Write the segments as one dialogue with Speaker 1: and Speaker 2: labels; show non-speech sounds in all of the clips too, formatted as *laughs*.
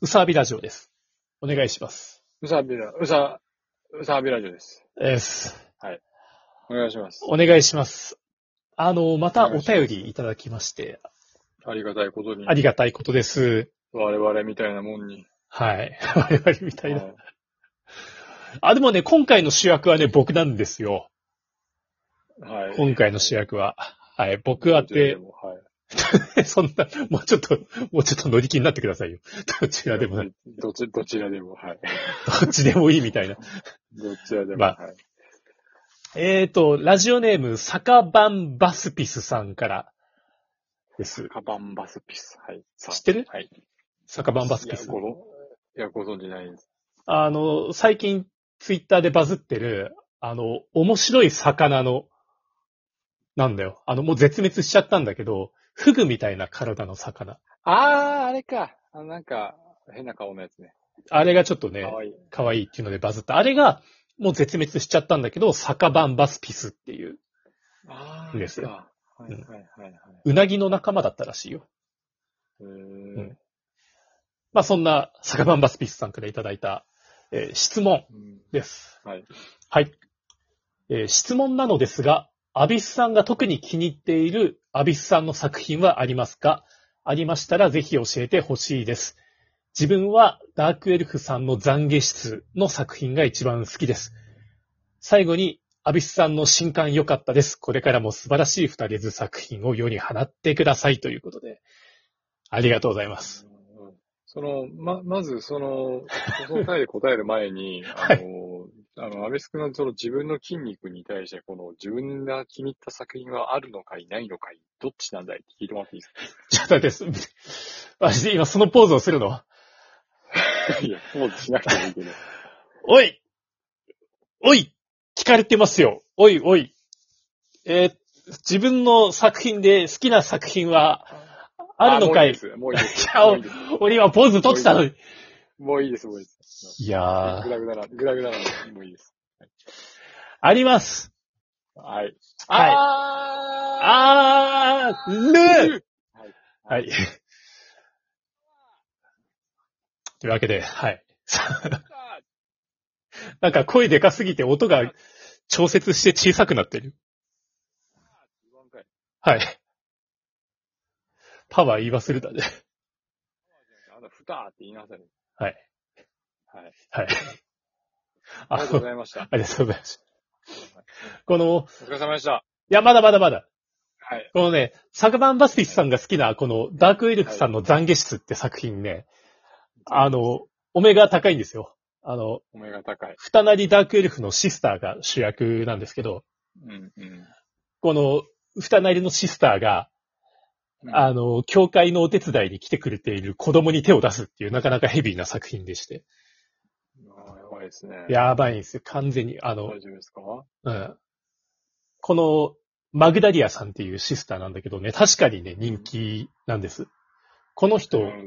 Speaker 1: うさびラジオです。お願いします。
Speaker 2: うさびら、うさ、うさびラジオです。
Speaker 1: です。
Speaker 2: お願いします。
Speaker 1: お願いします。あの、また
Speaker 2: お願
Speaker 1: お
Speaker 2: いします
Speaker 1: 便りいただきまして、
Speaker 2: ありがたいことに
Speaker 1: あ、りがたいことです。
Speaker 2: 我々みたいなもんに。
Speaker 1: *laughs* はい。我々みたい
Speaker 2: は
Speaker 1: な。
Speaker 2: い
Speaker 1: あ、でもね、今回の主役はね、僕なんですよ。
Speaker 2: はい。
Speaker 1: 今回の主役は。はい。僕あっ
Speaker 2: どちらで
Speaker 1: て、
Speaker 2: もは
Speaker 1: *laughs*
Speaker 2: い。
Speaker 1: そんな、もうちょっと、もうちょっと乗り気になってくださいよ。どちらでもない。
Speaker 2: どち、どちらでも、はい。
Speaker 1: どっちでもいいみたいな。
Speaker 2: どちらでも、
Speaker 1: まあ
Speaker 2: はい。
Speaker 1: えーと、ラジオネーム、酒版バスピスさんからです。
Speaker 2: カバンバスピス。はい。さ
Speaker 1: 知ってる
Speaker 2: はい。
Speaker 1: 酒版バスピ
Speaker 2: い
Speaker 1: ス
Speaker 2: や、。ごろいや、ご存知ないです。
Speaker 1: あの、最近ツイッターでバズってる、あの、面白い魚の、なんだよ。あの、もう絶滅しちゃったんだけど、フグみたいな体の魚。
Speaker 2: あー、あれか。あなんか、変な顔のやつね。
Speaker 1: あれがちょっとね
Speaker 2: か、わいい。
Speaker 1: 可愛いっていうのでバズった。あれが、もう絶滅しちゃったんだけど、サカバンバスピスっていう、
Speaker 2: あ
Speaker 1: いい
Speaker 2: ー、
Speaker 1: ですよ
Speaker 2: か。はい、はい、はい。は
Speaker 1: うなぎの仲間だったらしいよ。
Speaker 2: いううん
Speaker 1: まあ、そんな、サカバンバスピスさんからいただいた、えー質問
Speaker 2: ん。
Speaker 1: です。
Speaker 2: はい。
Speaker 1: はい。えー質問なのですが、アビスさんが特に気に入っているアビスさんの作品はありますかありましたらぜひ教えてほしいです。自分はダークエルフさんの懺悔室の作品が一番好きです。最後に、アビスさんの新刊良かったです。これからも素晴らしい二人ず作品を世に放ってくださいということで。ありがとうございます。
Speaker 2: うんその、ま、まず、その、その回で答える
Speaker 1: *laughs*
Speaker 2: 前に、
Speaker 1: は
Speaker 2: あ
Speaker 1: い
Speaker 2: の、あの、安倍ス君のその自分の筋肉に対して、この自分が気に入った作品はあるのかいないのかい、どっちなんだいって聞いてもらっていいで
Speaker 1: ちょっと待ってです。 *laughs* 私今そのポーズをするの
Speaker 2: す
Speaker 1: *laughs*
Speaker 2: かいや、ポーズしなくてもいいけど。
Speaker 1: おいおい聞かれてますよ。おいおい。えー自分の作品で好きな作品は *laughs* あるのかい
Speaker 2: あもういい
Speaker 1: *laughs*
Speaker 2: です。
Speaker 1: いや
Speaker 2: もういいです。
Speaker 1: 俺今ポーズ取ってたのに。
Speaker 2: もういいです、もういいです。
Speaker 1: いや
Speaker 2: グ
Speaker 1: ー、
Speaker 2: ダグダな、グダグダなので、もういいです。
Speaker 1: あります。
Speaker 2: はい。
Speaker 1: はい
Speaker 2: あ
Speaker 1: あー、
Speaker 2: ー
Speaker 1: ぬー
Speaker 2: は
Speaker 1: は
Speaker 2: い
Speaker 1: い。 *laughs* というわけで、はい。 *laughs* なんか声でかすぎて音が調節して小さくなってる。はい。パワー言い忘れたね。
Speaker 2: あの、ふたーって言いなさい。
Speaker 1: はい。
Speaker 2: はい。
Speaker 1: はい。
Speaker 2: あ
Speaker 1: あ
Speaker 2: りがとうございました。
Speaker 1: ありがとうございます。この、
Speaker 2: お疲れ様でした。
Speaker 1: いや、まだまだまだ。
Speaker 2: はい。
Speaker 1: このね、昨晩バスティスさんが好きな、このダークエルフさんの懺悔室って作品ね、あの、お目が高いんですよ。あの、
Speaker 2: お目が高い。
Speaker 1: 二なりダークエルフのシスターが主役なんですけど、
Speaker 2: うんうん。
Speaker 1: この二なりのシスターが、あの、教会のお手伝いに来てくれている子供に手を出すっていうなかなかヘビーな作品でして。
Speaker 2: あーやばいですね。
Speaker 1: やばいんですよ。完全に。あの
Speaker 2: 大、丈夫ですか
Speaker 1: うん。この、マグダリアさんっていうシスターなんだけどね、確かにね、人気なんです。この人
Speaker 2: なる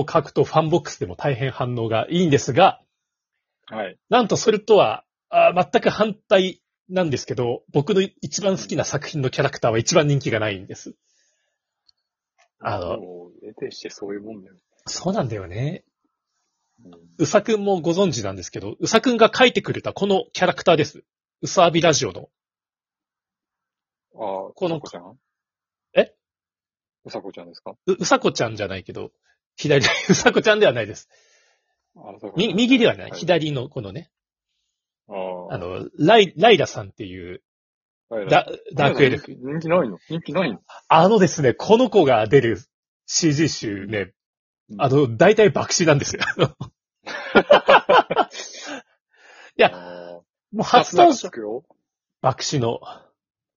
Speaker 1: を書くとファンボックスでも大変反応がいいんですが、
Speaker 2: ど。はい。
Speaker 1: なんとそれとは、あー全く反対なんですけど、僕の一番好きな作品のキャラクターは一番人気がないんです。あの、
Speaker 2: もう、得てしてそういうもんだよ。
Speaker 1: そうなんだよね。
Speaker 2: うん
Speaker 1: うさくんもご存知なんですけど、うさくんが書いてくれたこのキャラクターです。うさあびラジオの。
Speaker 2: ああ、
Speaker 1: この
Speaker 2: うさこちゃん
Speaker 1: え
Speaker 2: うさこちゃんですか
Speaker 1: う、うさこちゃんじゃないけど、左、 *laughs* うさこちゃんではないです。
Speaker 2: あうさこちゃん
Speaker 1: み、右ではない。
Speaker 2: い
Speaker 1: 左のこのね、
Speaker 2: あー
Speaker 1: あの、ライ、ライラさんっていう、
Speaker 2: はい
Speaker 1: ダダークエルフ。
Speaker 2: 人気ないの人気ないの
Speaker 1: あのですね、この子が出る CG 集ね、
Speaker 2: うん
Speaker 1: あの、大体爆死なんですよ。や
Speaker 2: あー
Speaker 1: もう発動
Speaker 2: つ
Speaker 1: 者。
Speaker 2: くよ。
Speaker 1: 爆死の、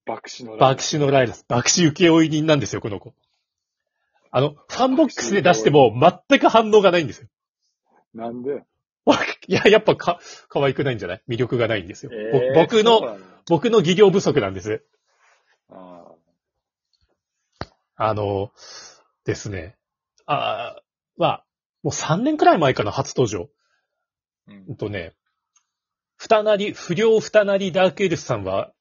Speaker 2: 爆死のライ
Speaker 1: 爆死のライラス、爆死請負人なんですよ、この子。あの、ファンボックスで出しても全く反応がないんですよ。 *laughs*
Speaker 2: ブ。なんで
Speaker 1: いや、やっぱか、可愛くないんじゃない魅力がないんですよ。ぼ
Speaker 2: えー
Speaker 1: 僕
Speaker 2: そう
Speaker 1: の、
Speaker 2: なんだ
Speaker 1: 僕の技量不足なんです。
Speaker 2: あー
Speaker 1: あの、ですね。ああ、まあ、もう3年くらい前かな、初登場。
Speaker 2: うん
Speaker 1: うんとね、二なり、不良二なりダークエルスさんは、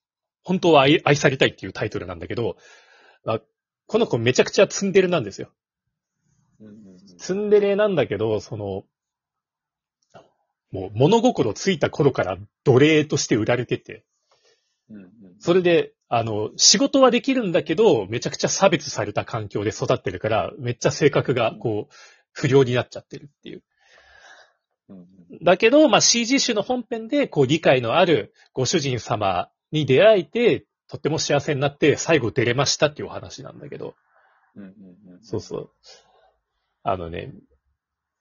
Speaker 1: 本当は愛愛されたいっていうタイトルなんだけど、まあこの子めちゃくちゃツンデレなんですよ。
Speaker 2: うんうんうん
Speaker 1: ツンデレなんだけど、その、もう物心ついた頃から奴隷として売られてて、
Speaker 2: うんうん
Speaker 1: それで、あの、仕事はできるんだけど、めちゃくちゃ差別された環境で育ってるから、めっちゃ性格がこう、不良になっちゃってるっていう。
Speaker 2: うんうん
Speaker 1: だけど、まあ、CG 集の本編で、こう、理解のあるご主人様に出会えて、とっても幸せになって、最後出れましたっていうお話なんだけど、
Speaker 2: うんうんうん
Speaker 1: そうそう。あのね、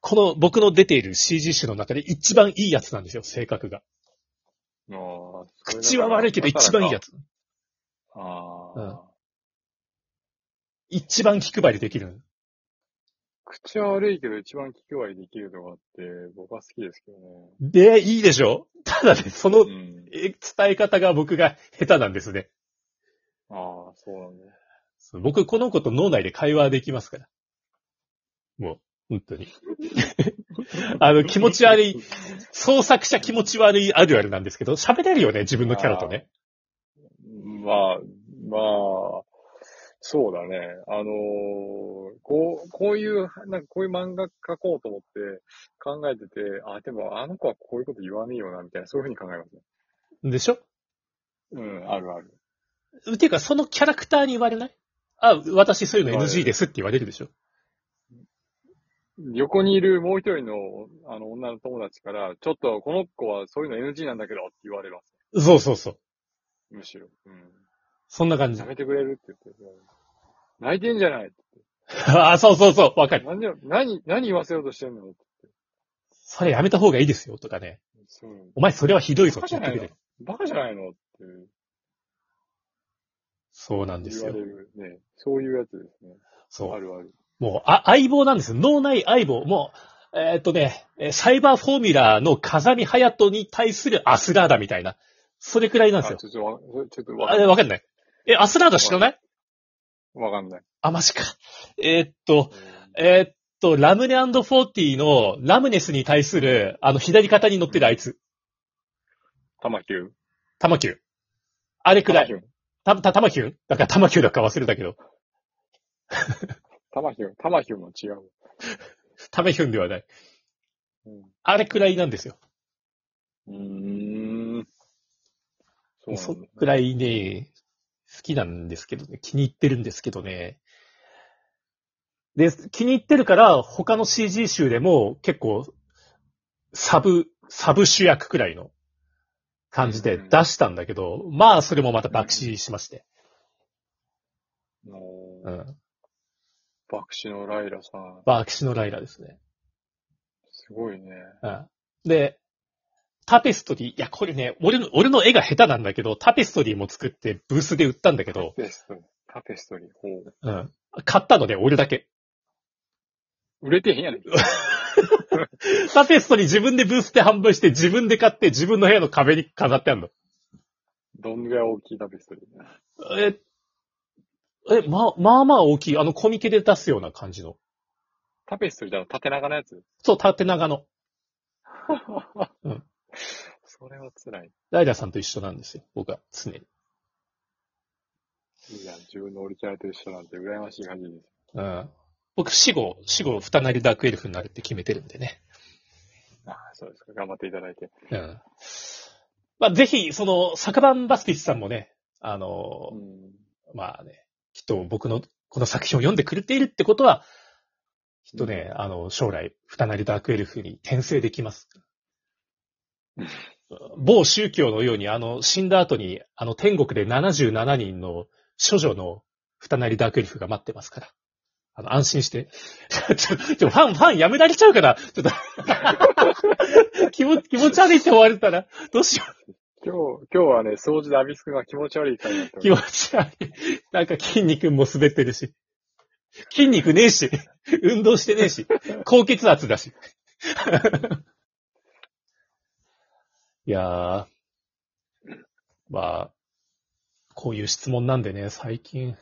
Speaker 1: この僕の出ている CG 集の中で一番いいやつなんですよ、性格が。
Speaker 2: ああ
Speaker 1: 口は悪いけど一番いいや。つ。
Speaker 2: それだからああ、
Speaker 1: 一番気配りできる。
Speaker 2: 口は悪いけど一番気配りできるのがあって、僕は好きですけどね。
Speaker 1: で、いいでしょただね、その
Speaker 2: うん。
Speaker 1: え伝え方が僕が下手なんですね。
Speaker 2: ああ、そうなんだ。
Speaker 1: そう僕、この子と脳内で会話できますから。もう、本当に。あの、気持ち悪い、創作者気持ち悪いあるあるなんですけど、喋れるよね、自分のキャラとね。
Speaker 2: まあ、まあ、そうだね。あのーこう、こういう、なんかこういう漫画描こうと思って考えてて、あ、でもあの子はこういうこと言わねえよな、みたいな、そういうふうに考えますね。
Speaker 1: でしょ
Speaker 2: うん、あるある。
Speaker 1: ていうか、そのキャラクターに言われないあ、私そういうの NG ですって言われるでしょ
Speaker 2: 横にいるもう一人の、あの、女の友達から、ちょっとこの子はそういうの NG なんだけどって言われます。
Speaker 1: そうそうそう。
Speaker 2: むしろ。うん。
Speaker 1: そんな感じ
Speaker 2: や。めてくれるって言って。泣いてんじゃない
Speaker 1: あ、そうそうそう、わかる。
Speaker 2: 何を、何、何言わせようとしてんの
Speaker 1: それやめた方がいいですよ、とかね。
Speaker 2: そう。
Speaker 1: お前それはひどいぞって
Speaker 2: バカ
Speaker 1: 言
Speaker 2: じ
Speaker 1: っ
Speaker 2: ゃ
Speaker 1: てく
Speaker 2: な
Speaker 1: れ
Speaker 2: いの
Speaker 1: る。
Speaker 2: バカじゃないのって
Speaker 1: そうなんです
Speaker 2: 言わ
Speaker 1: よ
Speaker 2: れ。るね。そういうやつですね。
Speaker 1: そう
Speaker 2: あ。るある。
Speaker 1: もう、あ、相棒なんですよ。脳内相棒。もう、えーっとね、えーサイバーフォーミュラーの風見隼人に対するアスラーダみたいな。それくらいなんです
Speaker 2: あ
Speaker 1: よ。
Speaker 2: ちょっとわ、ちょっとわ
Speaker 1: あ
Speaker 2: か
Speaker 1: れ、
Speaker 2: んない。
Speaker 1: わかんない。え、アスラーダ知らない
Speaker 2: わかんない。
Speaker 1: あ、マジか。えーっと、えーっと、ラムネ &40 のラムネスに対する、あの、左肩に乗ってるあいつ。
Speaker 2: 玉球。
Speaker 1: 玉球。あれくら
Speaker 2: 玉
Speaker 1: い。
Speaker 2: 球。
Speaker 1: た、た、玉球だから玉球だか忘れたけど。
Speaker 2: 玉球。玉球も違う。
Speaker 1: 玉球ではない。
Speaker 2: うん。
Speaker 1: あれくらいなんですよ。
Speaker 2: うーん。そう
Speaker 1: そ
Speaker 2: なんだ
Speaker 1: くらいね、好きなんですけどね、気に入ってるんですけどね。で、気に入ってるから、他の CG 集でも結構、サブ、サブ主役くらいの感じで出したんだけど、まあ、それもまた爆死しまして。
Speaker 2: も
Speaker 1: う。
Speaker 2: うん爆死のライラさん、
Speaker 1: 爆死のライラですね。
Speaker 2: すごいね。
Speaker 1: うん。で、タペストリー、いや、これね、俺の、俺の絵が下手なんだけど、タペストリーも作ってブースで売ったんだけど、
Speaker 2: タペストリー、タペストリー、ほう。
Speaker 1: うん。買ったので、俺だけ。
Speaker 2: 売れてへんやねん。
Speaker 1: タペストに自分でブースで販売して、自分で買って、自分の部屋の壁に飾ってあるの。
Speaker 2: どんぐらい大きいタペストリー。
Speaker 1: え、え、ま、まあまあ大きい。あの、コミケで出すような感じの。
Speaker 2: タペストリーだろ、縦長のやつ。
Speaker 1: そう、縦長の。うん
Speaker 2: それは辛い。
Speaker 1: ライダーさんと一緒なんですよ。僕は、常に。
Speaker 2: いや、自分のオリジナルと一緒なんて羨ましい限りです。
Speaker 1: うん。僕、死後、死後、二なりダークエルフになるって決めてるんでね。
Speaker 2: ああ、そうですか。頑張っていただいて。
Speaker 1: うん。まあ、ぜひ、その、昨晩バスティスさんもね、あの
Speaker 2: う、ん。
Speaker 1: まあね、きっと僕のこの作品を読んでくれているってことは、きっとね、あの、将来、二なりダークエルフに転生できます。某宗教のように、あの、死んだ後に、あの、天国で77人の処女の二なりダークエルフが待ってますから。あの、安心して。 *laughs* ちょ、ちょ、ファン、ファンやめられちゃうから、ちょっと *laughs* 気持ち、気持ち悪いって思われたら、どうしよう。
Speaker 2: 今日、今日はね、掃除でアビス君が気持ち悪い感じだった。
Speaker 1: 気持ち悪い。なんか筋肉も滑ってるし。筋肉ねえし。運動してねえし。高血圧だし。いやー。まあ、こういう質問なんでね、最近。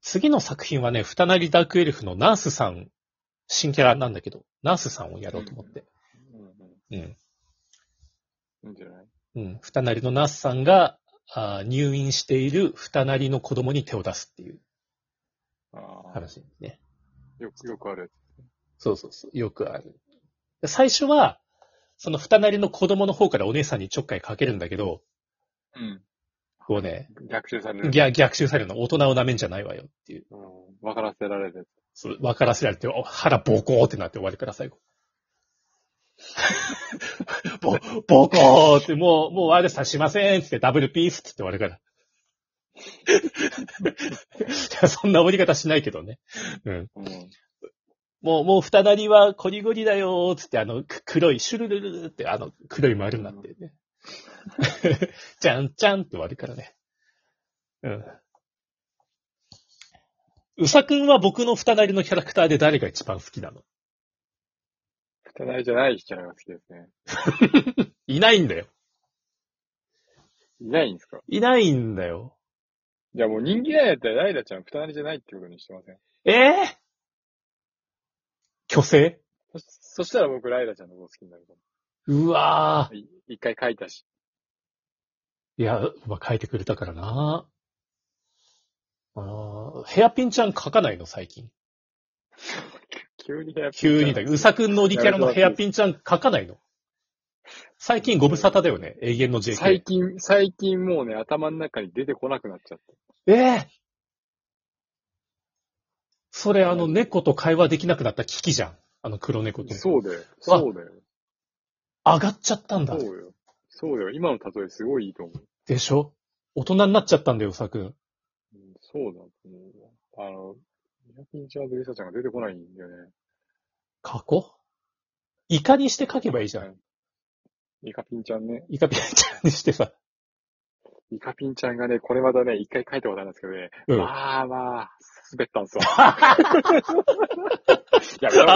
Speaker 1: 次の作品はね、二なりダークエルフのナースさん、新キャラなんだけど、ナースさんをやろうと思って。
Speaker 2: うん
Speaker 1: うん。
Speaker 2: うん。いいんじゃない
Speaker 1: うん、二なりのナースさんが、あー入院している二なりの子供に手を出すっていう
Speaker 2: ああ。
Speaker 1: 話ですね。
Speaker 2: よく、よくあるやつ。
Speaker 1: そうそうそう。よくある。最初は、その二なりの子供の方からお姉さんにちょっかいかけるんだけど、こうね、
Speaker 2: うん。逆襲される。
Speaker 1: 逆逆襲されるの。大人を舐めんじゃないわよっていう。
Speaker 2: うん。分からせられるやつ。
Speaker 1: そう分からせられて、お腹ボコーってなって終わりから最後。 *laughs* ボ、ボコーって、もう、もうあれさ、しませんっつってダブルピースって言って終わるから。いや *laughs* そんな終わり方しないけどね。うん。
Speaker 2: うん。
Speaker 1: もう、もう二なりはコリゴリだよーっつって、あの、く黒い、シュルルルルって、あの、黒い丸になって *laughs* ね。じゃんじゃんって終わるからね。うん。うさくんは僕の二なりのキャラクターで誰が一番好きなの
Speaker 2: 二人じゃないキャラが好きですね。
Speaker 1: いないんだよ。
Speaker 2: いないんですか
Speaker 1: いないんだよ。
Speaker 2: いや、もう人気ないやったらライダちゃん二人じゃないってことにしてません。
Speaker 1: ええ虚勢
Speaker 2: そそしたら僕ライダちゃんのこと好きになるかも
Speaker 1: うわ
Speaker 2: い一回書いたし。
Speaker 1: ー。いや、まあ、書いてくれたからな。あーヘアピンちゃん書かないの最近。
Speaker 2: 急にやっぱ
Speaker 1: 急にだけど、うさくんのリキャラのヘアピンちゃん書かないの最近ご無沙汰だよね。永遠の JK。
Speaker 2: 最近、最近もうね、頭の中に出てこなくなっちゃって。
Speaker 1: ええそれあの猫と会話できなくなったキキじゃん。あの黒猫と。
Speaker 2: そうだよ。そうだよ。
Speaker 1: 上がっちゃったんだ
Speaker 2: そ。うよ。そうだよ。今の例えすごいいいと思う。
Speaker 1: でしょ大人になっちゃったんだよ、うさくん。
Speaker 2: うんそうだと思うわ。あの、ヤキンちゃんとリサちゃんが出てこないんだよね。
Speaker 1: 過去イカにして書けばいいじゃん。
Speaker 2: イカピンちゃんね。
Speaker 1: イカピンちゃんにしてさ。
Speaker 2: イカピンちゃんがね、これまたね、一回書いたことあるんですけどね。
Speaker 1: うん。 *laughs*
Speaker 2: *laughs* まあまあ、滑ったんすわ。やめろ